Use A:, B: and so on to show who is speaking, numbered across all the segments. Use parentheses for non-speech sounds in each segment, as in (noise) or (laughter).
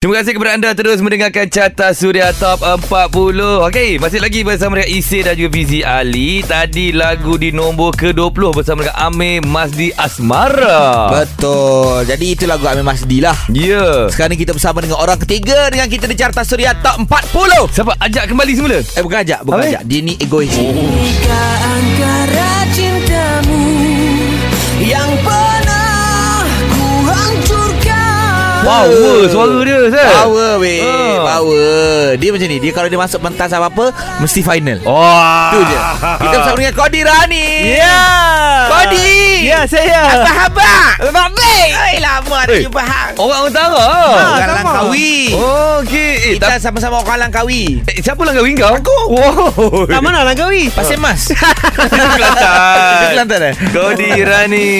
A: Terima kasih kepada anda terus mendengarkan Carta Suria Top 40. Okey, masih lagi bersama dengan Isi dan juga Fizi Ali. Tadi lagu di nombor ke-20 bersama dengan Amir Masdi Asmara.
B: Betul. Jadi itu lagu Amir Masdi lah.
A: Ya.
B: Sekarang ni kita bersama dengan orang ketiga dengan kita di Carta Suria Top 40.
A: Siapa ajak kembali semula?
B: Eh bukan ajak, bukan
A: Amir?
B: ajak. Dia ni egois.
C: Jika antara cintamu Yang pernah ku hancurkan
A: Power suara dia, Ustaz.
B: Power weh,
A: Ah.
B: power. Dia macam ni, dia kalau dia masuk pentas apa-apa mesti final. Oh.
A: Wah.
B: Tu je. Kita
A: (laughs)
B: bersama dengan Kodi Rani.
A: Ya.
B: Kodi.
A: Ya, saya.
B: Apa khabar?
C: Abang Baik
B: Eh lama dah
A: Eh.
B: jumpa hang.
A: Orang utara.
B: Orang Langkawi.
A: Oh, okey. Eh,
B: Ah, Kita
A: tak,
B: sama-sama orang Langkawi.
A: eh, siapa langkah kau? Aku. Wow.
C: Kat mana lah kau
B: Pasir
A: (laughs)
B: Mas. Dia
A: Kelantan.
B: Kelantan eh?
A: Kodi Rani.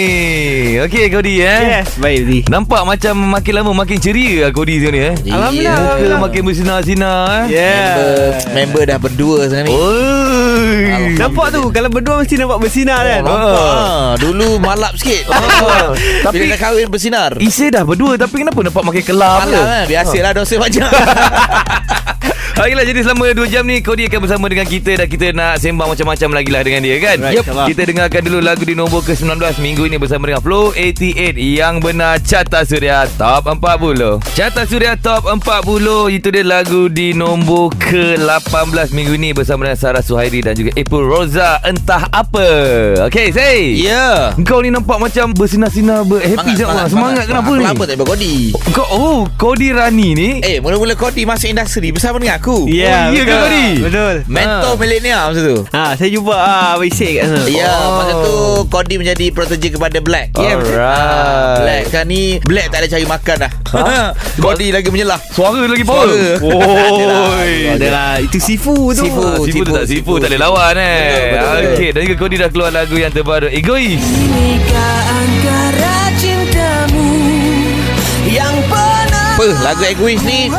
A: Okey, Kodi eh.
C: Baik Di
A: Nampak macam makin lama makin ceria lah Kodi sekarang ni eh.
B: Alhamdulillah,
A: Muka makin bersinar-sinar eh.
B: Member, member dah berdua sekarang ni.
A: Oi.
C: Nampak tu Kalau berdua mesti nampak bersinar kan
A: Oh.
B: Nampak ah. Dulu malap sikit
A: Ah,
B: Tapi
A: tapi- Ya,
B: Bila dah kahwin bersinar
A: Isi dah berdua tapi kenapa nampak makin kelam
B: Malap kan Biasalah dosa
A: (laughs)
B: banyak
A: Baiklah jadi selama 2 jam ni Kodi akan bersama dengan kita Dan kita nak sembang macam-macam lagi lah dengan dia kan
C: Right, insyaAllah.
A: Kita dengarkan dulu lagu di nombor ke-19 Minggu ini bersama dengan Flow 88 Yang benar Carta Suria Top 40 Carta Suria Top 40 Itu dia lagu di nombor ke-18 Minggu ini bersama dengan Sarah Suhairi Dan juga April Rosa Entah Apa Okay Zay
B: Ya
A: Kau ni nampak macam bersinar-sinar Berhappy semangat, semangat, semangat, kenapa
B: Aku
A: ni?
B: lama tak jumpa Kodi
A: Kau, oh, Kodi Rani ni
B: Eh mula-mula Kodi masuk industri Bersama dengan aku
A: Oh, iya ke
C: betul.
A: tadi?
C: Betul
A: Ah.
B: Mentor milenial masa tu
C: Ha, saya jumpa ah, Abang Isik kat sana
B: Ya
A: Oh.
B: masa tu Kodi menjadi protege kepada Black Ya, betul.
A: Alright.
B: Black kan ni Black tak ada cari makan dah (laughs) Kodi lagi menyelah
A: Suara lagi power.
B: Suara.
A: (laughs) lah, Oi.
C: Adalah Itu Sifu tu
B: Sifu.
A: lah. Ah, Sifu, sifu tu tak sifu,
B: Sifu.
A: tak boleh lawan eh.
B: Betul, betul, betul.
A: Okey, dan juga Kodi dah keluar lagu yang terbaru Egois.
C: Jika antara cintamu
B: Yang pernah Apa lagu egois ni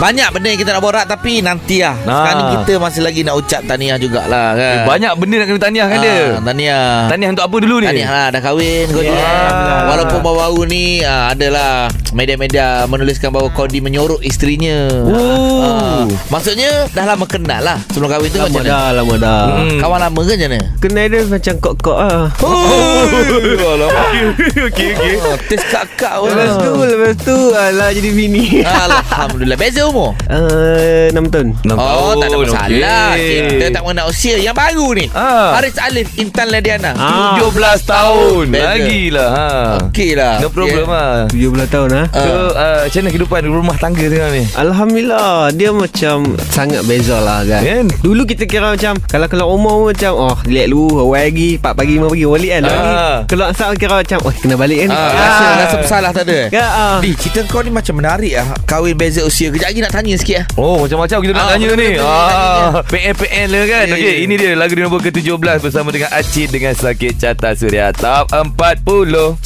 B: Banyak benda yang kita nak borak Tapi nanti lah Sekarang ni
A: Ah.
B: kita masih lagi nak ucap tahniah jugalah kan
A: Eh, banyak benda nak kena tahniah kan dia.
B: Ah, Tahniah
A: Tahniah Ya. untuk apa dulu ni?
B: Tahniah lah dah kahwin Kodi
A: Yeah.
B: Walaupun baru-baru ni ah, Adalah Media-media menuliskan bahawa Kodi menyorok isterinya
A: Oh.
B: Ah, Maksudnya Dah lama kenal lah Sebelum kahwin tu
C: Lama
B: macam mana
C: dah Lama dah
A: Hmm. Oh.
B: Kawan lama ke macam mana
C: Kenal dia macam kok-kok lah
B: (laughs)
A: Okey, okey, okey.
B: oh, Test kakak pun
C: Lepas tu
A: Ah.
C: Lepas tu Alah jadi (laughs) bini
B: Alhamdulillah Beza umur
C: Uh, 6 tahun
A: Enam
B: Oh tak ada
A: tahun,
B: masalah
A: okey.
B: Kita tak mengenal usia Yang baru ni
A: Ah.
B: Haris Alif Intan Ladiana
C: Ah.
A: 17 tahun
B: Better.
A: lagi lah ha.
B: Okey lah
A: No problem
B: yeah.
A: lah
C: 17 tahun ah.
A: So
B: Ah.
A: uh, macam mana kehidupan rumah tangga sekarang ni?
C: Alhamdulillah Dia macam Sangat beza lah kan
A: Kan?
C: Dulu kita kira macam Kalau keluar rumah pun macam Oh relax dulu Awal lagi 4 pagi 5 pagi Balik kan Lepas ni,
A: Ah.
C: Keluar asap kira macam Oh kena balik kan
B: Ah,
C: Ah.
B: rasa, rasa bersalah tak ada eh?
C: Kan, ah.
B: Di, cerita kau ni macam menarik ah. Kahwin beza usia. Kejap lagi nak tanya sikit ah.
A: Oh macam-macam kita nak
B: Ah,
A: tanya ni
B: betul-betul
A: ah, PN-PN lah kan
B: Ya,
A: Okey
B: ya.
A: ini dia lagu di nombor ke-17 Bersama dengan Acid Dengan Sakit Carta Suria Top 40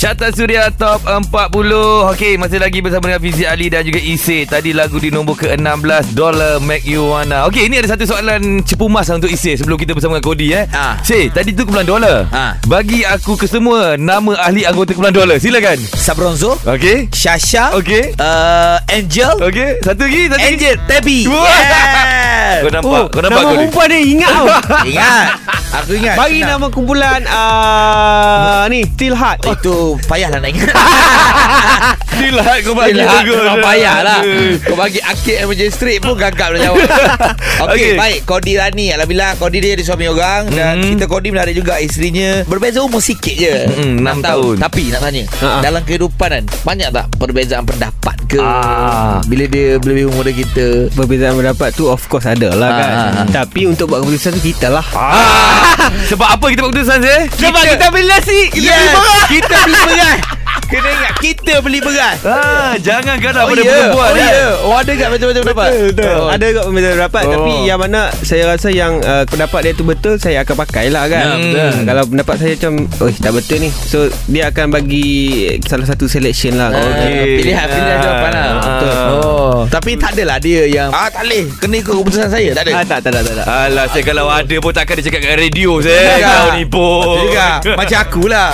A: Carta Suria Top 40 Okey masih lagi bersama dengan Fizi Ali Dan juga Isi Tadi lagu di nombor ke-16 Dollar Make You Wanna Okey ini ada satu soalan Cepu mas untuk Isi Sebelum kita bersama dengan Kodi eh
B: Ah.
A: Si tadi tu kumpulan dolar
B: Ah.
A: Bagi aku ke semua Nama ahli anggota kumpulan dolar Silakan
B: Sabronzo,
A: Okey
B: Shasha,
A: Okey
B: uh, Angel,
A: Okey Satu lagi Oh, Satu lagi
B: Angel, Tebi.
A: Wah. Eh, Kau
B: Yeah.
A: nampak Kau nampak
C: Oh, Nama
A: Kodi
C: perempuan ni Ingat tau
B: Ingat. Aku ingat.
C: Bagi
B: Senang.
C: nama kumpulan uh, Ni Till Heart oh.
B: Itu payahlah nak ingat.
A: Silat kau bagi
B: Yelah,
A: tegur.
B: Memang
A: (laughs)
B: payahlah. Kau bagi akik yang macam straight pun gagap nak jawab.
A: Okey.
B: Okey, baik. Kodi Rani. Alhamdulillah Kodi dia jadi suami orang dan
A: Mm.
B: kita Kodi menarik juga isterinya. Berbeza umur sikit je.
A: Mm, enam
B: Enam
A: tahun.
B: Tapi nak tanya,
C: Ha-ha.
B: dalam kehidupan kan banyak tak perbezaan pendapat ke?
A: Ah.
B: Bila dia lebih umur dia kita.
C: Perbezaan pendapat tu Of course ada lah kan
B: Ah, ah, ah.
C: Tapi untuk buat keputusan tu Kita lah
A: Ah, sebab apa kita buat ya? keputusan saya?
C: Sebab kita beli nasi Kita
B: Yes,
C: beli beras.
B: kita beli beras. Kena ingat kita beli beras.
A: Ah, jangan gadang pada
B: ya.
A: perempuan.
B: Oh,
A: eh.
B: ya. Oh, ada kat macam-macam pendapat.
C: kan? Betul.
B: Oh.
C: Ada juga pembezaan pendapat
A: Oh.
C: oh. tapi yang mana saya rasa yang uh, pendapat dia tu betul saya akan pakai lah kan.
A: Ya, betul.
C: Hmm. Kalau pendapat saya macam oi tak betul ni. So dia akan bagi salah satu selection lah.
B: Ah,
A: Okey.
B: Pilihan Pilihan
A: Ah.
B: jawapan lah
A: Ah.
B: Betul.
A: Oh.
B: Tapi tak adalah dia yang Ah tak boleh Kena ikut keputusan saya Tak ada
C: Ah, tak, tak, tak, tak, tak.
A: Alah saya kalau ada pun takkan dia cakap kat radio saya
B: Juga.
A: Kau ni pun
B: Betul juga Macam akulah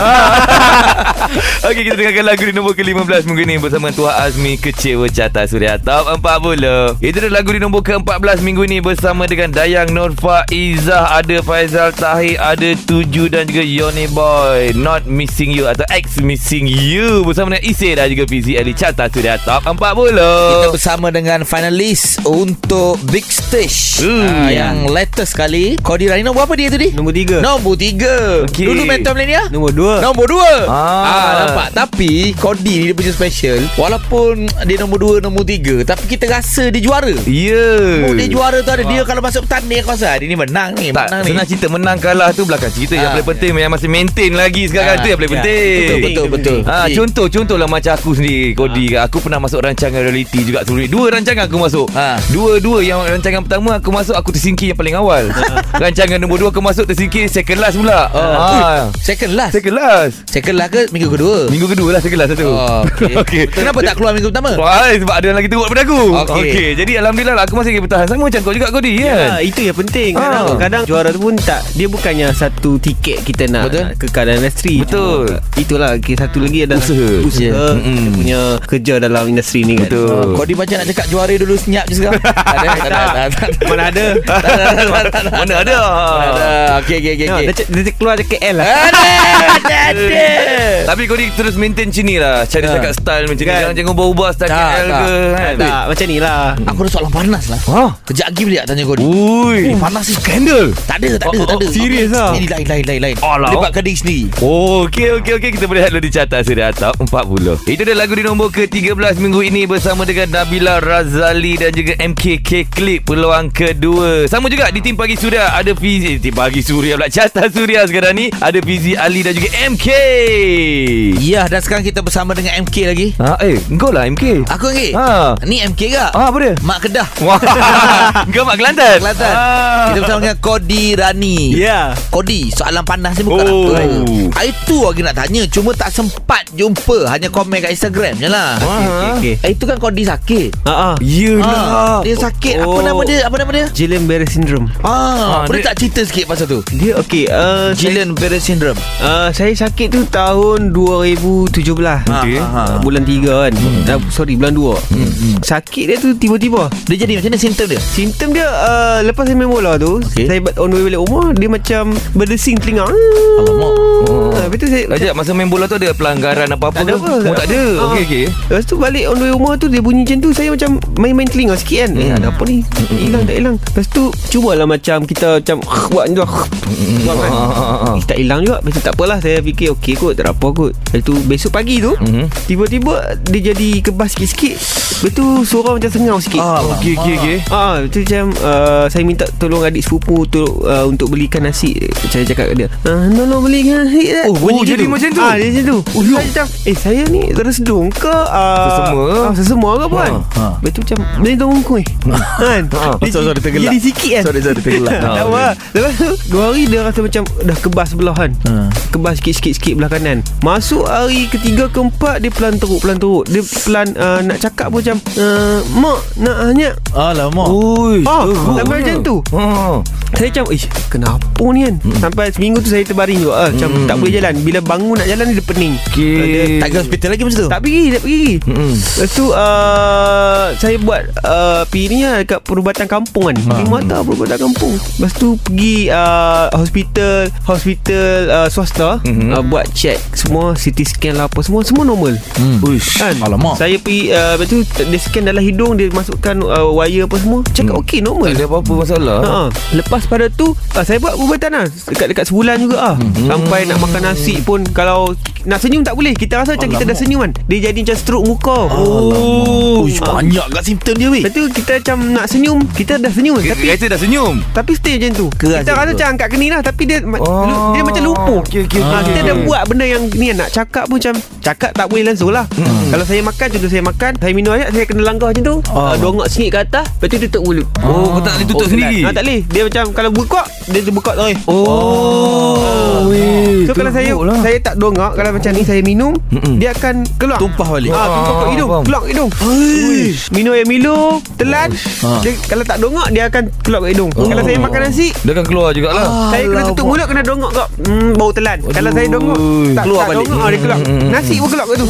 A: Okey kita dengarkan lagu di nombor ke-15 minggu ini bersama Tuah Azmi Kecewa Carta Suria Top 40. Itu dia lagu di nombor ke-14 minggu ini bersama dengan Dayang Nur Faizah, ada Faizal Tahir, ada Tuju dan juga Yoni Boy. Not Missing You atau X Missing You bersama dengan Ise dan juga PZ Ali Carta Suria Top 40.
B: Kita bersama dengan finalis untuk Big Stage
A: Ooh.
B: uh, Yang latest sekali Kodira ni nombor apa dia tadi?
C: Nombor tiga.
B: Nombor tiga
A: Okey.
B: Dulu mentor Millennia?
C: Nombor
B: ya?
C: dua.
B: Nombor dua
A: Ah.
B: ah nampak Tapi Kodi ni dia punya special Walaupun dia nombor dua Nombor tiga Tapi kita rasa dia juara
A: Ya. Ah.
B: Oh, dia juara tu ada Dia kalau masuk pertanding Aku rasa ah, dia ni menang ni
A: Tak,
B: menang
A: senang
B: ni.
A: cerita menang kalah tu belakang cerita Yang
B: Ah,
A: paling penting Yang masih maintain lagi sekarang
B: Ah,
A: kan tu Yang paling
B: ya.
A: penting
B: Betul betul betul Ah,
A: Ha,
B: Okey. Ah.
A: contoh contohlah macam aku sendiri Kodi ha. aku pernah masuk rancangan reality juga sebelum ni. Dua rancangan aku masuk.
B: Ha.
A: Dua-dua yang rancangan pertama aku masuk aku tersingkir yang paling awal.
B: Ah.
A: rancangan nombor dua aku masuk tersingkir second last pula.
B: Oh,
A: ha.
B: Second last
A: Second last.
B: Second last ke minggu kedua
A: Minggu kedua lah second last satu.
B: Oh, okay.
A: (laughs) Okey.
B: Kenapa tak keluar minggu pertama
A: Wah, sebab ada yang lagi teruk daripada aku.
B: Okey.
A: Okey, jadi alhamdulillah lah, aku masih lagi bertahan sama macam kau juga Kodi
C: Ya,
A: kan.
C: itu yang penting.
A: Ah.
C: Kadang, kadang juara tu pun tak dia bukannya satu tiket kita nak
B: Betul.
C: nak kekal dalam industri.
A: Betul.
C: Itulah okay, satu lagi adalah
A: Usaha.
C: usaha
B: Ya.
C: yeah.
A: Mm-mm.
C: kita punya kerja dalam industri ni kan.
A: Betul.
B: Kau dia macam nak cakap juara dulu senyap je
A: (laughs)
B: sekarang. tak ada, tak ada, tak ada.
C: Mana ada?
B: (laughs) Tak ada, tak ada, tak ada.
A: Mana ada?
B: Tak ada. Okey, okey, okey.
C: No,
B: okey.
C: dia, cek- dia cek- keluar je KL lah.
B: Ada, tak ada.
A: Eh? Tapi kau ni terus maintain sini lah Cara
B: Ha.
A: cakap style macam ni
C: Kan.
A: Jangan jangan ubah-ubah style
B: Tak,
A: KL
B: tak.
A: ke kan
C: Ah, Tak, macam ni lah.
B: Aku ada soalan panas lah.
A: Ha?
B: Kejap lagi boleh tak tanya kau ni?
A: Ui
B: Eh, Panas ni.
A: Handle
B: Tak ada, tak ada,
A: Oh, oh,
B: tak ada.
A: oh, serius lah.
B: Ini lain, lain, lain, lain.
A: Alah.
B: Boleh buatkan diri sendiri.
A: Oh, okey, okey, okey. Kita boleh lihat dulu di carta siri atap 40. Itu dia lagu di nombor ke-13 minggu ini bersama dengan Nabila Razali dan juga MKK Clip peluang kedua. Sama juga di tim pagi suria ada Fizi. eh, Tim pagi suria pula. Carta suria sekarang ni ada Fizi Ali dan juga MK.
B: Ya, dan sekarang kita bersama dengan MK lagi.
A: Ha, eh, engkau lah MK.
B: Aku lagi.
A: Ha.
B: Ni MK ke?
A: Ah, apa dia?
B: Mak Kedah.
A: Wah, (laughs) engkau mak Kelantan.
B: Kelantan.
A: Ah.
B: Kita bersama dengan Kodi Rani.
C: Ya.
B: Kodi Soalan panas ni bukan
A: Oh.
B: oh. apa Ah, Itu aku nak tanya Cuma tak sempat jumpa Hanya komen kat Instagram je lah
A: Wah.
C: Okey.
B: Ah, Itu kan Kodi sakit
C: Ha ah.
A: Yelah.
B: ah, Dia sakit Apa
C: Oh.
B: nama dia Apa nama dia
C: Gillian Barre syndrome.
A: Ah,
B: Ah, boleh
A: dia-
B: tak cerita sikit pasal tu
C: Dia okey. Uh,
B: Gillian Barre Syndrome
C: Uh, saya sakit tu tahun 2017
B: Ah,
A: Okey.
C: ha. Bulan 3 kan hmm. uh, Sorry bulan 2 hmm. Sakit dia tu tiba-tiba
B: Dia jadi macam mana simptom dia
C: Simptom dia uh, Lepas saya main bola tu
B: Okey.
C: okay. Saya on the way balik rumah Dia macam Berdesing telinga
B: Alamak.
C: oh. Lepas tu saya
A: Ajak masa main bola tu ada pelanggaran apa-apa
C: Tak ada
A: ke?
C: apa
A: Oh, tak ada.
C: Ah.
A: Okey, okey.
C: Lepas tu balik on the way rumah tu Dia bunyi macam tu Saya macam main-main telinga sikit kan
A: Hmm.
C: Eh ada apa ni Hilang tak hilang Lepas tu Cubalah macam kita macam (laughs) Buat macam tu lah. Buat kan
A: Hmm. Ah.
C: Eh, tak hilang juga Lepas tu tak apalah Saya fikir okey kot Tak ada apa kot Lepas tu besok pagi tu
A: Mhm.
C: Tiba-tiba Dia jadi kebas sikit-sikit Lepas tu suara macam sengau sikit
B: Ah,
A: Okey, okey, okey.
C: Ah, tu macam uh, saya minta tolong adik sepupu tu uh, untuk belikan nasi. Saya cakap kat dia, "Ah, tolong belikan nasi."
A: Oh, bunyi dia
C: jadi
A: tu?
C: macam tu. Ah, dia macam tu. Oh, saya macam, "Eh, saya ni tersedung ke uh,
A: Sesama?
C: Ah, sesama ke puan?"
B: Ha,
C: Ha.
B: ha.
C: Lepas tu macam, "Dia tu mungkui." Kan?
A: Ha,
C: Dia
B: Oh, sorry, sorry, tergelak.
C: Jadi sikit kan.
B: Sorry, sorry, (laughs) tergelak.
C: Tak
A: Ha,
C: apa.
A: okey.
C: Lepas tu dua hari dia rasa macam dah kebas sebelah kan.
B: Ha.
C: Kebas sikit-sikit sikit belah kanan. Masuk hari ketiga keempat dia pelan teruk pelan teruk. Dia pelan uh, nak cakap pun macam, uh, "Mak, nak hanya
B: Alamak
A: Ui,
C: Ah,
A: teruk
C: sampai
A: punya.
C: macam tu.
A: Ah.
C: Saya macam Ish kenapa ni kan
A: Hmm.
C: mm. Sampai seminggu tu saya terbaring juga ah, Macam mm. tak boleh jalan Bila bangun nak jalan Dia pening
A: Okey.
B: Tak pergi hospital lagi masa tu
C: Tak pergi Tak pergi
A: Mm-mm.
C: Lepas tu uh, Saya buat uh, Pergi ni lah Dekat perubatan kampung kan
B: Ah.
C: Pergi mata perubatan kampung Lepas tu pergi uh, Hospital Hospital uh, swasta
B: Mm-hmm.
A: Mhm.
C: uh, Buat check Semua CT scan lah apa Semua semua normal
B: hmm.
A: Uish.
C: Kan
B: Alamak.
C: Saya pergi uh, Lepas tu Dia scan dalam hidung Dia masukkan uh, Wire apa semua Cakap
A: Hmm.
C: okey
A: Tak
C: normal
A: ada apa-apa masalah.
C: Ha. Lepas pada tu uh, Saya buat perubatan lah Dekat-dekat sebulan juga lah hmm. Sampai nak makan nasi pun Kalau Nak senyum tak boleh Kita rasa macam kita dah senyum kan Dia jadi macam stroke muka
A: Oh.
B: Uish, Banyak kat simptom dia weh
C: Lepas tu kita macam nak senyum Kita dah senyum
A: K-
C: Tapi
A: Kereta dah senyum.
C: tapi stay macam tu
B: Keras
C: Kita
B: dia
C: rasa
B: betul.
C: macam angkat kening lah Tapi dia
A: Oh.
C: oh. Dia macam lumpuh
A: Okey, okey,
C: ha,
A: okey,
C: Kita
A: okey.
C: dah buat benda yang ni Nak cakap pun macam Cakap tak boleh langsung lah
A: Hmm.
C: Kalau saya makan Contoh saya makan Saya minum air Ah, Saya kena langgar macam tu oh. Dongak sengit ke atas Lepas tu tutup mulut
A: Oh, kau tak boleh tutup
C: Oh,
A: sendiri?
C: kelas. Ah, tak boleh Dia macam kalau buka dia dia buka terus.
A: Oh. Weh,
C: So kalau saya
A: teruk lah.
C: saya tak dongak kalau macam ni saya minum
A: Mm-mm.
C: dia akan keluar.
B: Tumpah balik.
C: Ah, tumpah
A: Ah,
C: kat hidung,
A: faham.
C: keluar kat hidung. Minum air Milo, telan.
A: Ah.
C: Dia, kalau tak dongak dia akan keluar kat
A: Oh.
C: hidung. Kalau saya makan nasi
A: Dia akan keluar jugalah.
C: saya kena tutup mulut Kena dongok kau hmm, Bau telan Aduh. Kalau saya dongok Tak,
B: Keluar
C: tak
B: balik.
C: dongok ah, Dia keluar
A: Hmm, hmm,
C: Nasi pun keluar kat tu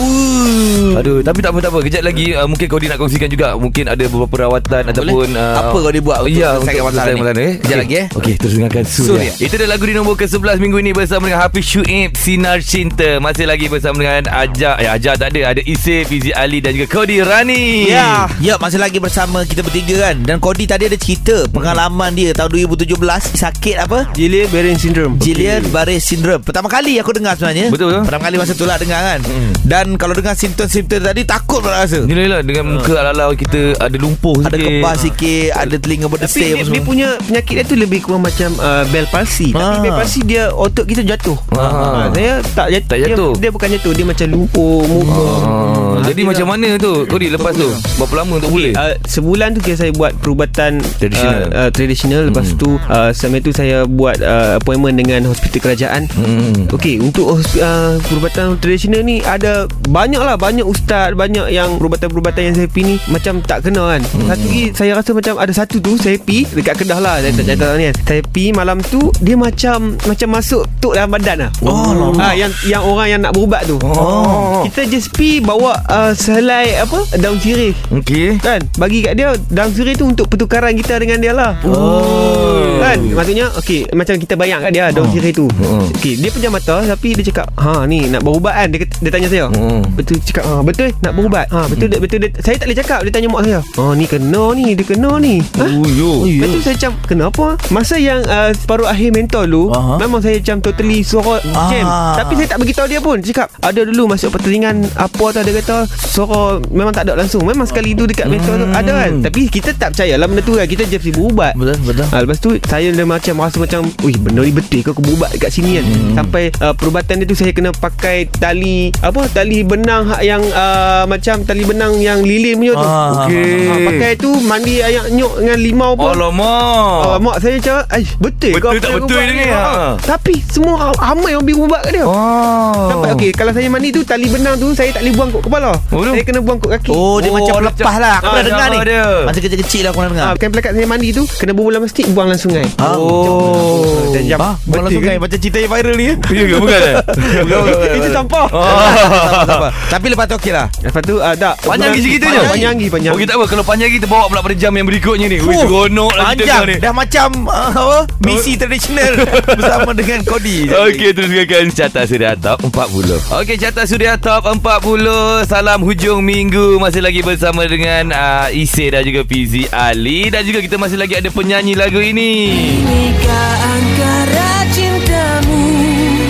A: Aduh, tapi tak apa tak apa. Kejap lagi uh, mungkin kau nak kongsikan juga. Mungkin ada beberapa rawatan ataupun uh,
B: Apa kau dia buat untuk
A: ya,
B: selesaikan
A: untuk
B: masalah
A: selesaikan
B: ni?
A: masalah ni.
B: Kejap
A: Okey.
B: lagi, eh.
A: Okey, terus dengarkan Suria.
B: Suria.
A: Itu dah lagu di nombor ke-11 minggu ini bersama dengan Hafiz Shuib Sinar Cinta. Masih lagi bersama dengan Aja. Ya, Aja tak ada. Ada Isif, Fizi Ali dan juga Kodi Rani.
B: Ya Ya masih lagi bersama kita bertiga kan Dan Kodi tadi ada cerita Pengalaman dia tahun 2017 Sakit apa
C: Gillian Barren Syndrome
B: Gillian Barre Syndrome Pertama kali aku dengar sebenarnya
A: Betul, betul.
B: Pertama kali masa tu lah dengar kan mm. Dan kalau dengar simptom-simptom tadi Takut pun rasa
A: Ni lah dengan muka ala-ala kita ada lumpuh
B: Ah. Ada
A: sikit.
B: kebas sikit Ada telinga
C: Tapi
B: berdesir
C: dia,
B: apa
C: dia
B: semua.
C: punya penyakit dia tu lebih kurang macam uh, bel palsi. Tapi
B: Ah.
C: bel palsi dia otot kita jatuh.
A: Ah.
C: Ah. Saya tak jatuh.
A: Tak jatuh.
C: Dia, dia bukan jatuh, dia macam lumpuh, mubah.
A: Ah,
B: lah.
A: jadi macam mana tu Kodi lepas tu Berapa lama untuk boleh
C: Uh, sebulan tu kira saya buat perubatan
A: Tradisional.
C: uh, uh, tradisional lepas tu uh, sambil tu saya buat uh, appointment dengan hospital kerajaan
A: Hmm.
C: Okey untuk hosp- uh, perubatan tradisional ni ada banyak lah banyak ustaz banyak yang perubatan-perubatan yang saya pergi ni macam tak kena kan hmm. satu lagi saya rasa macam ada satu tu saya pergi dekat Kedah lah saya tak catat ni kan saya pergi malam tu dia macam macam masuk tok dalam badan lah oh, ha, yang yang orang yang nak berubat tu
A: Oh.
C: kita just pergi bawa uh, selai apa daun sirih
A: Okey
C: Kan Bagi kat dia Dalam suri tu Untuk pertukaran kita dengan dia lah
A: Oh. Hmm.
C: Kan Maksudnya okay, Macam kita bayang kat dia Dalam suri tu okay, Dia pejam mata Tapi dia cakap Ha ni nak berubat kan Dia, kata- dia tanya saya
A: Hmm.
C: Betul cakap ha, Betul eh, nak berubat ha, Betul dia- betul dia, Saya tak boleh cakap Dia tanya mak saya Ha ni kena ni Dia kena ni ha?
A: Hmm. Uyo.
C: Lepas tu saya macam Kenapa Masa yang uh, Separuh akhir mentor tu
B: Aha.
C: Memang saya macam Totally sorot jam
B: Ah.
C: Tapi saya tak beritahu dia pun Dia Cakap Ada dulu masuk pertandingan Apa tau dia kata Sorot Memang tak ada langsung Memang sekali tu Dekat mentor tu Ada kan Tapi kita tak percaya lah Benda tu kan Kita just berubat
B: Hmm. Betul betul
C: Ha, lepas tu saya dah macam rasa macam Wih benda ni betul ke aku berubat dekat sini kan hmm. Sampai uh, perubatan dia tu saya kena pakai tali Apa tali benang hak yang uh, Macam tali benang yang lilin punya tu
B: Ah,
A: okey.
C: ha, Pakai tu mandi air nyok dengan limau pun
A: Alamak
C: Oh. mak saya macam Ay, Betul
A: Ah. Betul tak
C: apa yang
A: betul
C: buat
A: dia ni,
C: Ah,
A: ha.
C: Tapi semua ra- ramai orang pergi ubat kat dia oh.
A: Oh.
C: Nampak okay, Kalau saya mandi tu Tali benang tu Saya tak boleh buang kot kepala
A: Oh, tu?
C: Saya kena buang kot kaki
B: Oh, dia
A: Oh,
B: macam
A: dia
B: lepas
A: macam-
B: lah Aku
A: Ah,
B: dah dengar
A: nama
B: ni
A: dia.
B: Masa kecil-kecil lah aku dah dengar
C: Ah, Kain pelekat saya mandi tu Kena bobolan plastik Buang langsung kan. sungai
B: Ah,
A: Oh.
C: Dan jam
B: Ah, bukan langsung kan Macam cerita yang viral ni ya?
A: Ya ke (laughs) bukan eh?
C: Itu sampah
B: Sabar, sabar. Tapi lepas tu okey lah
C: Lepas tu ah, tak
A: Panjang lagi ceritanya
C: Panjang lagi Panjang
A: Okey tak apa Kalau panjang lagi Kita bawa pula pada jam yang berikutnya ni Wih
B: Oh,
A: seronok lah kita dengar ni
B: Panjang Dah macam ah, apa? Misi tradisional Bersama dengan Kodi
A: Okey, terus dengarkan Carta Suria Top 40. Okey, Carta Suria Top 40. Salam hujung minggu. Masih lagi bersama dengan uh, Ise dan juga Fizi Ali. Dan juga kita masih lagi ada penyanyi lagu ini.
D: Nikah antara cintamu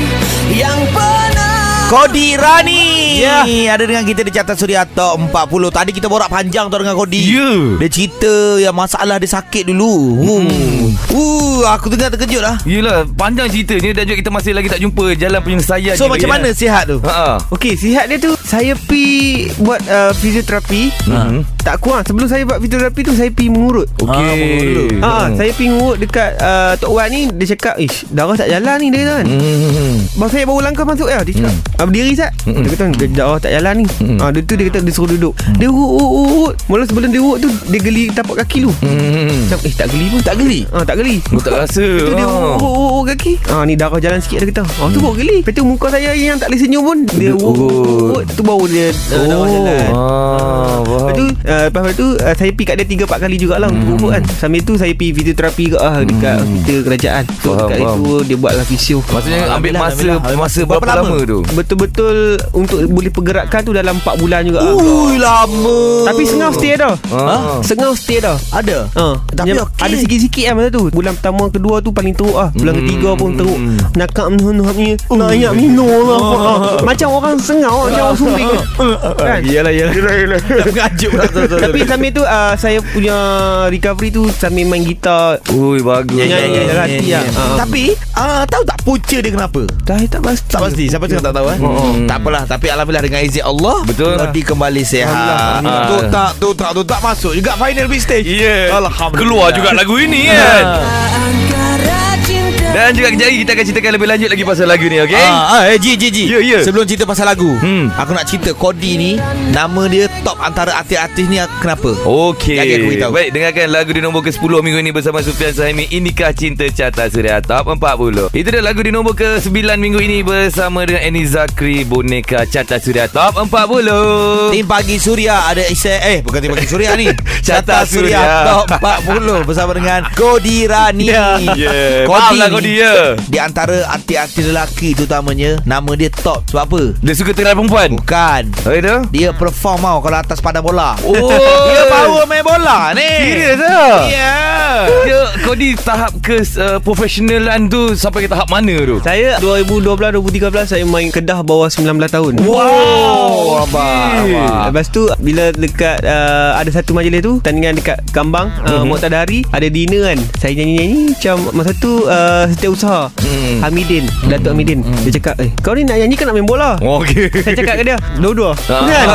D: yang pernah
B: Kodi Rani yeah. Ada dengan kita di Carta Suria Top 40 Tadi kita borak panjang tu dengan Kodi
A: Ya.
B: Dia cerita yang masalah dia sakit dulu hmm. uh, Aku dengar terkejut lah
A: Yelah, panjang ceritanya dan juga kita masih lagi tak jumpa jalan penyelesaian.
B: So macam mana sihat tu?
A: Ha.
C: Okey, sihat dia tu saya pi buat uh, fisioterapi.
A: Hmm.
C: Tak kurang sebelum saya buat fisioterapi tu saya pi mengurut.
B: Ah,
A: Okey.
B: mengurut dulu.
C: Ah, ha, saya pergi ngurut dekat uh, Tok Wan ni Dia cakap Ish darah tak jalan ni Dia kata kan mm.
A: Hmm.
C: Bang saya baru langkah masuk ya Dia cakap mm. Berdiri Zat mm. Dia kata dia, darah tak jalan ni mm. ha, Dia tu dia kata dia suruh duduk mm. Dia urut urut urut, urut Mula sebelum dia urut tu Dia geli tapak kaki tu mm.
A: Hmm.
C: Macam eh tak geli pun
B: Tak geli?
C: Ah ha, tak geli
A: Aku tak rasa.
C: Tu dia urut urut, urut urut kaki Ah ha, ni darah jalan sikit dia kata Ah tu baru geli Lepas tu muka saya yang tak boleh senyum pun Dia urut urut, urut Tu baru dia uh, darah jalan
A: Ah,
C: Lepas tu
A: faham. Hmm.
C: uh, Lepas tu uh, Saya pergi kat dia 3-4 kali jugalah Untuk urut kan Sambil tu saya pergi Fisioterapi juga ah, Dekat hmm. hospital kerajaan So
A: Faham,
C: faham, dekat
A: faham.
C: faham. itu Dia buatlah Ah, fisio
A: Maksudnya ambil
B: Alhamdulillah,
A: masa
B: Alhamdulillah.
A: masa
B: Berapa
A: berapa lama
B: lama?
A: tu?
C: lah Betul-betul Untuk boleh pergerakkan tu Dalam 4 bulan juga ah.
B: Ui lama
C: Tapi sengau stay dah
A: Ah.
C: Sengau stay dah
B: Ada?
C: Ha,
B: Tapi
C: yang-
B: okey
C: Ada sikit-sikit lah masa tu Bulan pertama kedua tu Paling teruk lah Bulan
A: Hmm.
C: ketiga pun teruk
A: Hmm.
C: Nakak menuh-nuh ni Nak ingat minum lah
A: (laughs)
C: Ah, Macam orang sengau Macam orang sumbing Kan
A: Yalah yalah.
B: Mengajuk pula tu, tu, tu.
C: Tapi sambil tu uh, Saya punya recovery tu Sambil main gitar
A: Ui bagus.
C: Ya, ya, ya, ya.
B: Ya,
C: hati
B: ya,
C: lah.
B: ya.
C: Ah.
B: Tapi ah, Tahu tak punca dia kenapa?
C: Dah tak pasti
B: Tak pasti Siapa cakap tak tahu eh?
A: Hmm.
B: Tak apalah Tapi Alhamdulillah dengan izin Allah
A: Betul.
B: Kodi kembali sihat Ah.
A: Alhamdulillah.
B: Tu tak Tu tak Tu tak masuk juga final big stage
A: Yeah.
B: Alhamdulillah
A: Keluar juga lagu ini kan.
D: angkat
A: Dan juga kejari kita akan ceritakan lebih lanjut lagi pasal lagu ni, okey?
B: Ah, ah, eh, Ji, Ji, Ji.
A: Ya, ya.
B: Sebelum cerita pasal lagu,
A: Hmm.
B: aku nak cerita Kodi ni, nama dia top antara artis-artis ni kenapa? Jadi aku
A: Okey.
B: beritahu.
A: Baik, dengarkan lagu di nombor ke-10 minggu ini bersama Sufian Saimi Inikah Cinta Carta Suria Top 40. Itu dia lagu di nombor ke-9 minggu ini bersama dengan Eni Zakri Boneka Carta Suria Top 40.
B: Tim Pagi Suria ada Isa eh bukan Tim Pagi Suria ni.
A: Carta
B: (laughs) Carta Suria
A: Suria.
B: Top 40 bersama dengan Kodi Rani. ya.
A: Yeah. Faham lah Kodi, ya.
B: Di antara artis-artis lelaki terutamanya nama dia top sebab apa?
A: Dia suka tengah perempuan.
B: Bukan.
A: Oh, itu?
C: Ah.
B: Dia perform tau kalau atas padang bola.
A: Oh.
B: (laughs) Dia power main bola Ah, Ya. ni.
A: Serius tak?
C: Ah.
B: Yeah.
A: Dia kau di tahap ke uh, profesionalan tu sampai ke tahap mana tu?
C: Saya 2012-2013 Saya main Kedah bawah 19 tahun Oh. Eh,
B: Wow,
A: okey.
B: Oh, abang.
C: Lepas tu Bila dekat uh, Ada satu majlis tu Tandingan dekat Kambang uh, Muqtad Hari Ada dinner kan Saya nyanyi-nyanyi Macam masa tu uh, Setiausaha
A: Hmm.
C: Hamidin Datuk Hamidin Dia cakap eh, Kau ni nak nyanyi kan nak main bola
A: Okey.
C: Saya cakap ke dia (laughs) Dua-dua
A: Ah.
C: Kan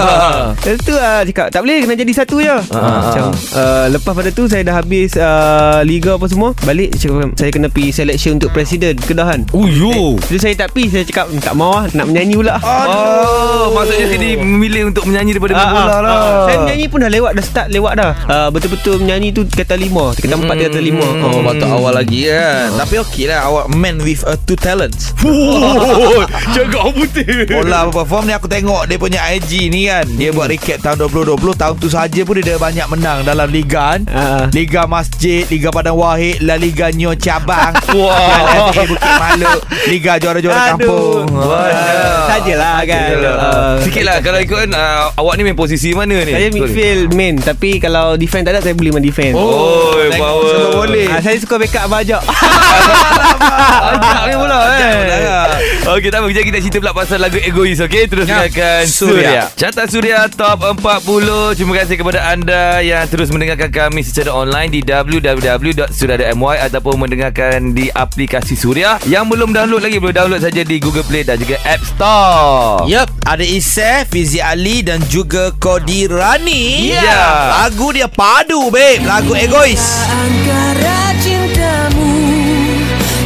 C: Lepas tu ah, cakap Tak boleh kena jadi satu je Macam ah, Lepas pada tu Saya dah habis ah, Liga apa semua Balik saya cakap, Saya kena pergi selection Untuk presiden Kedahan
A: Oh. Uyo.
C: Lepas tu saya tak pergi Saya cakap "Hmm, Tak mau lah Nak menyanyi pula
A: Oh, maksudnya sini memilih untuk menyanyi daripada main
C: Ah,
A: bola
C: ah,
A: lah.
C: ah. Saya menyanyi pun dah lewat Dah start lewat dah Ah, Betul-betul menyanyi tu Kata lima Kata empat kata lima
B: Oh, patut awal lagi kan. Tapi okey lah awak man with uh, two (laughs) talents.
A: Oh, jaga orang putih.
B: Bola perform ni aku tengok dia punya IG ni kan. Dia
C: Hmm.
B: buat recap tahun 2020 tahun tu saja pun dia dah banyak menang dalam liga kan.
C: Ah.
B: Liga Masjid, Liga Padang Wahid, La Liga Nyo
C: (laughs)
B: Cabang.
A: Wow.
B: LFA Bukit Malu, Liga Juara-Juara
C: Aduh
B: Kampung.
A: Wah.
C: Ah, Sajalah kan Ah.
A: Sikit lah Kalau ikut kan ah, Awak ni main posisi mana ni
C: Saya midfield main Tapi kalau defend tak ada Saya boleh main defend
A: Oh
B: Tengok
A: power
B: semua boleh.
C: Ah, saya suka backup bajak. (laughs)
A: Ah,
C: Ah.
A: Ajak ni pula
B: Ajak pula, Kak.
A: eh Okey tak apa Kejap kita cerita pula Pasal lagu Egois Okey Terus
B: Ya.
A: dengarkan Suria
B: Suria.
A: Carta Suria Top 40 Terima kasih kepada anda Yang terus mendengarkan kami Secara online Di www.suria.my Ataupun mendengarkan Di aplikasi Suria Yang belum download lagi Boleh download saja Di Google Play Dan juga App Store
B: Yep, ada Isef, Fizi Ali dan juga Kodi Rani.
A: Ya.
B: Lagu dia padu, babe. Lagu egois.
D: Antara cintamu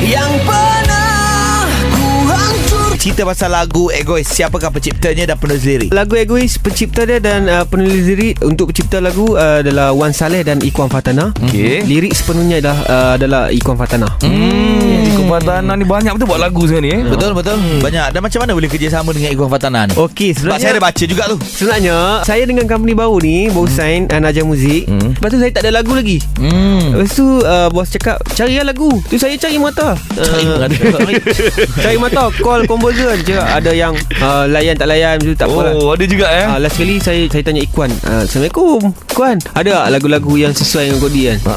D: Yang pernah ku hancur
B: Cerita pasal lagu egois. Siapakah penciptanya dan penulis lirik?
C: lagu Egois pencipta dia dan uh, penulis lirik untuk pencipta lagu uh, adalah Wan Saleh dan Ikhwan Fatana. Mhm.
A: Okey.
C: Lirik sepenuhnya adalah uh, adalah Ikhwan Fatana.
A: Hmm, Ikut Fatana ni banyak betul buat lagu sekarang ni eh.
C: Hmm.
B: Betul, betul. Banyak. Dan macam mana boleh kerja sama dengan Ikhwan Fatana ni?
C: Okey,
B: Sebab
C: sebenarnya
B: saya ada baca juga tu.
C: Sebenarnya Saya dengan company baru ni Baru sign uh, Naja Muzik
A: Hmm.
C: Lepas tu saya tak ada lagu lagi
B: Hmm.
C: Lepas tu uh, Bos cakap Carilah lagu Tu saya cari mata
B: Cari
C: Ah,
B: mata.
C: (laughs) Cari mata Call composer Dia cakap ada yang uh, Layan tak layan macam tu, Tak apa lah
A: Oh, ada juga eh.
C: Ah, last kali saya saya tanya Ikwan ah, Assalamualaikum Ikwan Ada tak lagu-lagu yang sesuai dengan Kodi kan
A: Ha.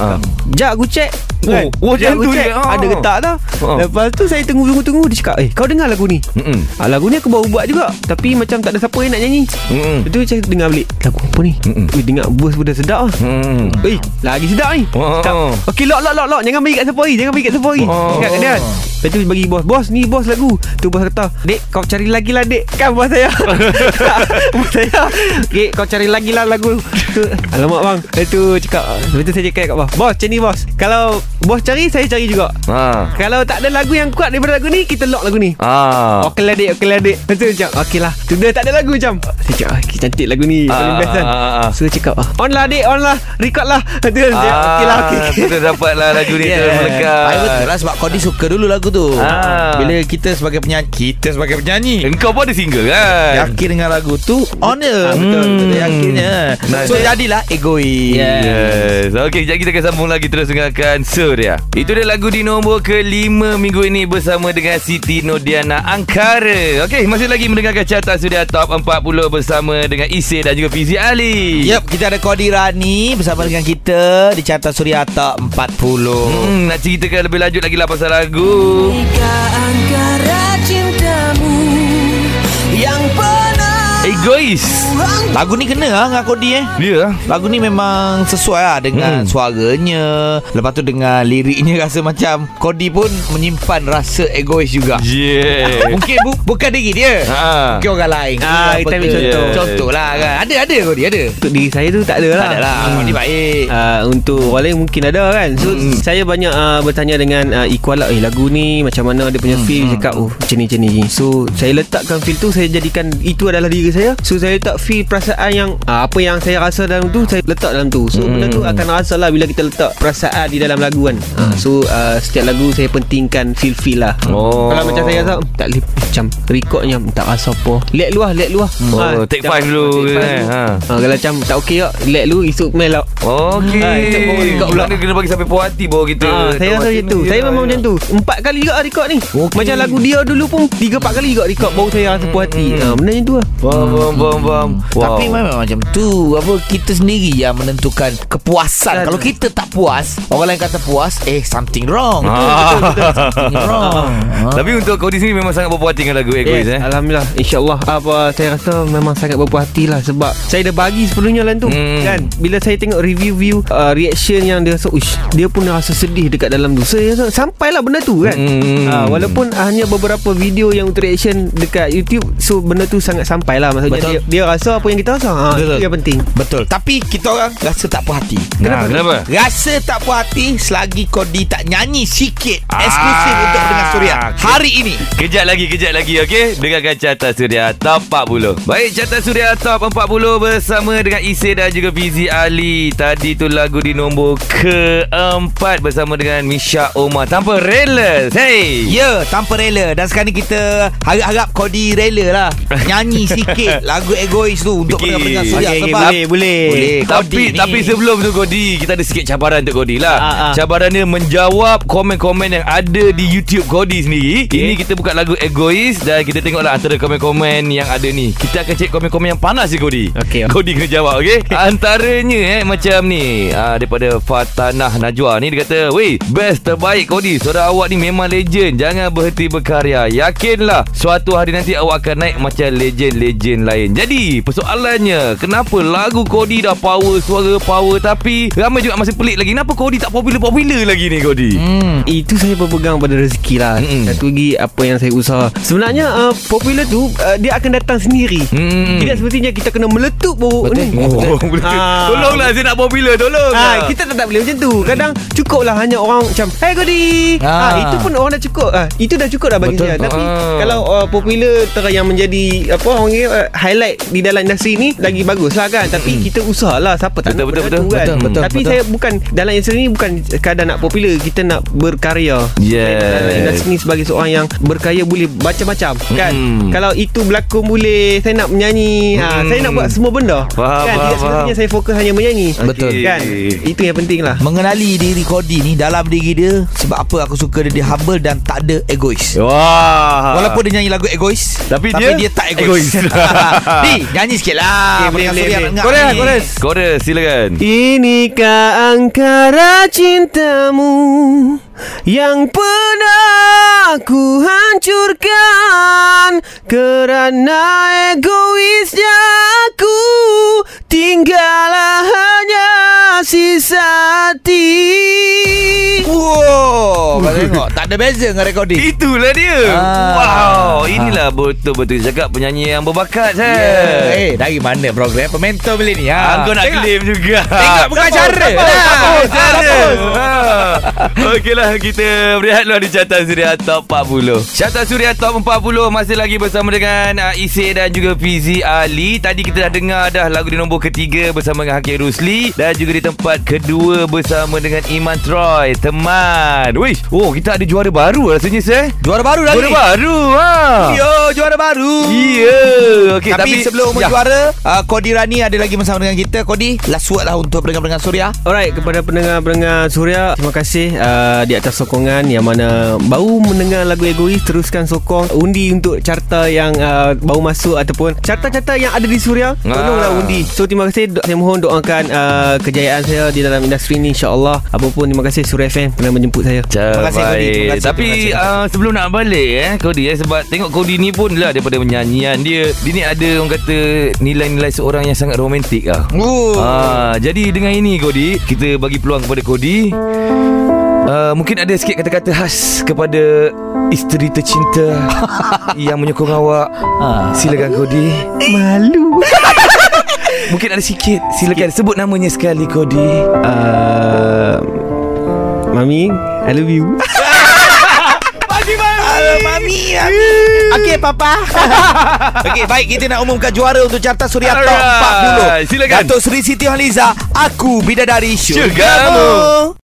C: Sekejap aku check kan?
A: oh,
C: Sekejap
A: macam
C: aku
A: tu
C: check
A: dia. Ah.
C: Ada ke tak tau
A: Ah. Hmm.
C: Lepas tu saya tunggu-tunggu-tunggu Dia cakap Eh kau dengar lagu ni
A: Mm-mm.
C: ah, Lagu ni aku baru buat juga Tapi macam tak ada siapa yang nak nyanyi
A: Mm-mm.
C: Lepas tu saya dengar balik Lagu apa ni
A: Mm-mm.
C: Weh, Dengar bos pun dah sedap lah
A: Hmm.
C: Eh, lagi sedap ni.
A: Oh.
C: Sedap. Okey, lock lock lock lock. Jangan bagi kat siapa lagi. Jangan bagi kat siapa lagi.
A: Oh.
C: Ingat kat dia. kan. Lepas tu bagi bos. Bos, ni bos lagu. Tu bos kata, "Dek, kau cari lagi lah, dek." Kan bos
A: (laughs)
C: saya. bos saya. "Dek, kau cari lagi lah lagu." Tu, alamak bang. Lepas tu cakap, lepas tu saya cakap kat bos, "Bos, macam ni bos. Kalau bos cari, saya cari juga.
A: Ha.
C: Kalau tak ada lagu yang kuat daripada lagu ni, kita lock lagu ni."
A: Ah.
C: Okey lah dek, okey lah dek Lepas tu macam, okey lah Tu dia tak ada lagu macam Saya cakap, ah, cantik lagu ni Paling
A: Ah,
C: best kan
A: ah, ah, ah.
C: So dia cakap, ah, on lah dek, on lah Record lah Lepas tu
B: Ah,
C: saya cakap, okey lah, okey okey."
A: Kita Ah, dapatlah lagu ni yeah. melekat.
B: Ay, betul lah sebab Kodi suka dulu lagu tu.
A: Ah.
B: Bila kita sebagai penyanyi, kita sebagai penyanyi
A: Eh, Engkau pun ada single kan?
B: yakin dengan lagu tu on Hmm. dia. Ah, Betul, betul yakinnya.
A: Nice.
B: So jadilah egois.
C: Ya.
A: Yes. Okey, kejap kita akan sambung lagi terus dengarkan Surya. Itu dia lagu di nombor kelima minggu ini bersama dengan Siti Nodiana Angkara. Okey, masih lagi mendengarkan carta Surya Top 40 bersama dengan Isir dan juga Fizi Ali.
B: Yep, kita ada Kodi Rani bersama dengan kita di Carta Suria Top 40. Hmm.
A: Hmm, nak ceritakan lebih lanjut lagi lah pasal lagu. Eh.
D: Jika angkara cintamu Yang pernah
A: Egois
B: Lagu ni kena lah dengan Kodi eh
A: Ya yeah.
B: Lagu ni memang sesuai lah dengan
A: Mm-mm.
B: hmm. suaranya Lepas tu dengan liriknya (laughs) rasa macam Kodi pun menyimpan rasa egois juga
A: Yeah
B: Mungkin bu- bukan diri dia
A: Ha.
B: Mungkin orang lain ke
C: Ah,
B: apa
C: kita ambil
B: ke.
C: contoh.
B: Contoh lah kan Ada ada Kodi ada
C: Untuk diri saya tu tak ada lah
B: Tak ada lah Kodi baik
C: Uh, untuk orang lain mungkin ada kan So
A: Hmm.
C: mm. saya banyak uh, bertanya dengan uh, Iqbal lah Eh lagu ni macam mana dia
A: Hmm,
C: punya feel Dia Cakap oh macam ni macam ni So saya letakkan feel tu Saya jadikan itu adalah diri saya So saya letak feel perasaan yang uh, Apa yang saya rasa dalam tu Saya letak dalam tu
A: Hmm.
C: So mm. benda tu akan rasa lah Bila kita letak perasaan di dalam lagu kan
A: Hmm.
C: uh, So uh, setiap lagu saya pentingkan feel-feel lah
A: Oh.
C: Kalau macam saya rasa Tak boleh macam recordnya Tak rasa apa Lihat luar, lihat luar Ah,
A: Oh, take five dulu
C: take
A: ke,
C: five
A: eh?
C: dulu.
A: Ha.
C: Ha, kalau macam tak okey kak Relax dulu Esok mail lah
A: Okey.
C: Ha, kita bawa record pula.
A: Bulan ni kena bagi sampai puas hati baru kita.
C: Ha, saya rasa macam tu Saya
A: lah.
C: memang macam tu Empat kali juga lah record ni okay. Macam lagu dia dulu pun Tiga empat kali juga record Baru saya rasa puas hati ha, Benda macam tu lah
A: Bam bam bam bam.
B: Wow. Tapi memang macam tu Apa Kita sendiri yang menentukan Kepuasan
C: Betul.
B: Kalau kita tak puas Orang lain kata puas Eh something wrong
A: Ah.
B: Something wrong Ah.
A: (laughs) Tapi untuk kau di sini memang sangat berpuas hati dengan lagu Egois eh.
C: Alhamdulillah InsyaAllah apa, Saya rasa memang sangat berpuas hati lah Sebab saya dah bagi sebelumnya lah tu
A: Hmm.
C: Kan Bila saya tengok review-view uh, Reaction yang dia rasa Uish Dia pun rasa sedih dekat dalam tu Saya rasa Sampailah benda tu kan
A: Hmm.
C: ha, Walaupun hanya beberapa video yang untuk reaction Dekat YouTube So benda tu sangat sampailah Maksudnya
B: Betul.
C: dia, dia rasa apa yang kita rasa ha,
B: Betul.
C: Itu yang penting
B: Betul Tapi kita orang Rasa tak puas hati
A: Kenapa? kenapa?
B: Rasa tak puas hati Selagi Kodi tak nyanyi sikit Eksklusif untuk pendengar Suria
A: Ah, okey.
B: Hari ini
A: Kejap lagi, kejap lagi, okey? Dengarkan Carta Suria Top 40. Baik, Carta Suria Top 40 bersama dengan Isir dan juga Fizi Ali. Tadi tu lagu di nombor keempat bersama dengan Misha Omar. Tanpa Relas. Hey!
B: Ya Tanpa rela Dan sekarang ni kita Harap-harap Kodi rela lah
A: (laughs)
B: Nyanyi sikit Lagu egois tu Untuk
A: Fikir.
B: pendengar Suria
A: Okey,
B: Sebab
C: boleh, boleh.
B: Boleh
A: Tapi
B: Kodi ni.
A: tapi sebelum tu Kodi Kita ada sikit cabaran untuk Kodi lah
C: Ah, ah.
A: Cabaran dia menjawab Komen-komen yang ada di YouTube Kodi sendiri Ini kita buka lagu Egois Dan kita tengoklah Antara komen-komen yang ada ni Kita akan cek komen-komen yang panas je Kodi
C: Okey.
A: Kodi kena jawab okay? Antaranya eh Macam ni uh, Daripada Fatanah Najwa ni Dia kata Weh best terbaik Kodi Suara awak ni memang legend Jangan berhenti berkarya Yakinlah Suatu hari nanti awak akan naik Macam legend-legend lain Jadi persoalannya Kenapa lagu Kodi dah power Suara power Tapi ramai juga masih pelik lagi Kenapa Kodi tak popular-popular lagi ni Kodi
B: Hmm
C: Eh, Itu saya berpegang pada rezeki lah
A: Mm-mm.
C: mm Satu lagi apa yang saya usaha Sebenarnya uh, popular tu uh, Dia akan datang sendiri
A: Mm-mm.
C: Tidak sepertinya kita kena meletup baru
B: Hmm. Betul.
C: ni
A: Oh,
C: Ah.
A: Tolonglah saya nak popular Tolong
B: Ah,
A: lah.
C: Ha, kita tak, tak boleh macam tu Kadang cukup lah Hanya orang macam Hai Kodi ha.
B: Ah.
C: Itu pun orang dah cukup ha, Itu dah cukup dah bagi
B: Betul.
C: saya Tapi
A: Ah.
C: kalau uh, popular ter yang menjadi Apa orang kata uh, Highlight di dalam industri ni Lagi bagus lah kan Tapi kita usahalah Siapa tak
A: Hmm. Betul,
C: nak
A: betul,
C: benda tu
A: betul.
C: kan
B: Betul, betul,
C: Tapi
B: betul.
C: saya bukan Dalam industri ni bukan Kadang nak popular Kita nak berkarya
A: Yes.
C: Saya Dalam industri ni sebagai seorang yang Berkarya boleh macam-macam Kan
A: Mm.
C: Kalau itu berlakon boleh Saya nak menyanyi ha,
A: Mm.
C: Saya nak buat semua benda
A: Faham, faham,
C: kan? Tidak sepatutnya
A: faham.
C: saya fokus hanya menyanyi
B: Betul.
C: Kan Itu yang penting lah
B: Mengenali diri Kodi ni Dalam diri dia Sebab apa aku suka dia Dia humble dan tak ada egois
A: Wah
B: Walaupun dia nyanyi lagu egois
A: Ah. Tapi
B: tapi
A: dia-
B: dia tak egois, (laughs)
A: egois.
B: Di nyanyi sikit lah
C: Okey, boleh,
B: Pendengar
C: boleh,
B: Suria
C: boleh.
B: dengar
A: Chorus
B: ni.
A: Chorus Chorus silakan
C: Inikah angkara cintamu Yang pernah ku hancurkan Kerana egoisnya aku Tinggallah hanya sisa hati
B: Wow Kau Oh, tengok Tak ada beza dengan recording
A: Itulah dia
B: Ah.
A: Wow Inilah betul-betul Cakap penyanyi yang berbakat saya
B: yeah. Eh dari mana program Pemento beli ni
A: Ah,
B: ha?
A: kau nak
B: Tengok.
A: claim juga
B: Tengok bukan cara Ah,
A: Tapos,
B: Dah.
A: tapos. Ah. Okeylah kita berehat dulu di Carta Suria Top 40. Carta Suria Top 40 masih lagi bersama dengan uh, Isir dan juga Fizi Ali. Tadi kita dah dengar dah lagu di nombor ketiga bersama dengan Hakim Rusli dan juga di tempat kedua bersama dengan Iman Troy. Teman. Wish. Oh, kita ada juara baru rasanya saya.
B: Juara baru lagi
A: Juara baru ha.
B: Yo juara baru
A: Ya. Okey
B: Okay, tapi, tapi sebelum
A: Ya.
B: juara uh, Kodi Rani ada lagi bersama dengan kita Kodi Last word lah untuk pendengar-pendengar Suria
C: Alright kepada pendengar-pendengar Suria Terima kasih uh, di atas sokongan Yang mana baru mendengar lagu egois Teruskan sokong Undi untuk carta yang uh, baru masuk Ataupun carta-carta yang ada di Suria Tolonglah
A: Ah.
C: undi So terima kasih Do- Saya mohon doakan uh, kejayaan saya di dalam industri ni InsyaAllah Apapun terima kasih Suria FM pernah menjemput saya.
A: Terima
B: kasih, Kodi. Terima kasih,
A: Tapi
B: terima kasih.
A: uh, sebelum nak balik eh Kodi eh sebab tengok Kodi ni pun lah daripada penyanyian dia dia ni ada orang kata nilai-nilai seorang yang sangat romantik lah.
B: Ooh.
A: Ah, jadi dengan ini Kodi Kita bagi peluang kepada Kodi uh, Mungkin ada sikit kata-kata khas Kepada isteri
B: (laughs)
A: tercinta Yang menyokong awak
B: Ah.
A: Silakan Kodi
B: Eh.
A: Malu (laughs) Mungkin ada sikit Silakan sebut namanya sekali Kodi
C: Uh, Mami, I love you.
B: Ah, Mami Mami Okey Papa (laughs) Okey baik Kita nak umumkan juara Untuk carta Suria Top
A: Alright,
B: 40
A: silakan.
B: Dato' Seri Siti Haliza Aku Bidadari Syurgamu
A: Syurgamu.